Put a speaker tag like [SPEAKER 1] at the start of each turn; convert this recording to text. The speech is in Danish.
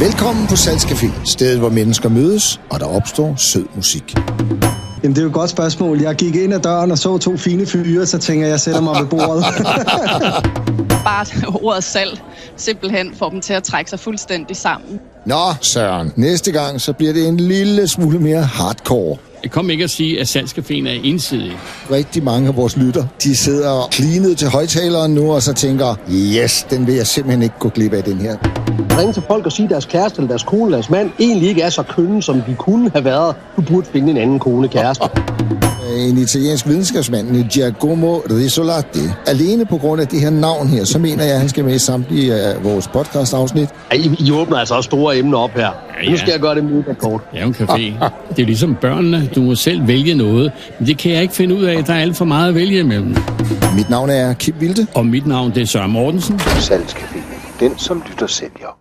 [SPEAKER 1] Velkommen på Salscafé, stedet hvor mennesker mødes, og der opstår sød musik.
[SPEAKER 2] Jamen, det er jo et godt spørgsmål. Jeg gik ind ad døren og så to fine fyre, så tænker jeg, jeg sætter mig ved bordet.
[SPEAKER 3] Bare ordet salg simpelthen får dem til at trække sig fuldstændig sammen.
[SPEAKER 1] Nå, Søren, næste gang så bliver det en lille smule mere hardcore.
[SPEAKER 4] Jeg kom ikke at sige, at salgscaféen er ensidig.
[SPEAKER 1] Rigtig mange af vores lytter, de sidder og klinet til højtaleren nu, og så tænker, yes, den vil jeg simpelthen ikke gå glip af den her.
[SPEAKER 5] Ringe til folk og sige, at deres kæreste eller deres kone eller deres mand egentlig ikke er så kønne, som de kunne have været. Du burde finde en anden kone kæreste.
[SPEAKER 1] En italiensk videnskabsmand, Giacomo Risolatti. Alene på grund af det her navn her, så mener jeg, at han skal med i samtlige af vores podcast-afsnit.
[SPEAKER 5] Ej, I, I åbner altså også store emner op her.
[SPEAKER 4] ja.
[SPEAKER 5] Ja, Nu skal jeg gøre det mega kort.
[SPEAKER 4] Det er jo en café. Det er ligesom børnene. Du må selv vælge noget. Men det kan jeg ikke finde ud af. Der er alt for meget at vælge imellem.
[SPEAKER 1] Mit navn er Kim Vilde.
[SPEAKER 4] Og mit navn, det er Søren Mortensen.
[SPEAKER 6] Salgscaféen. Den, som lytter, sælger.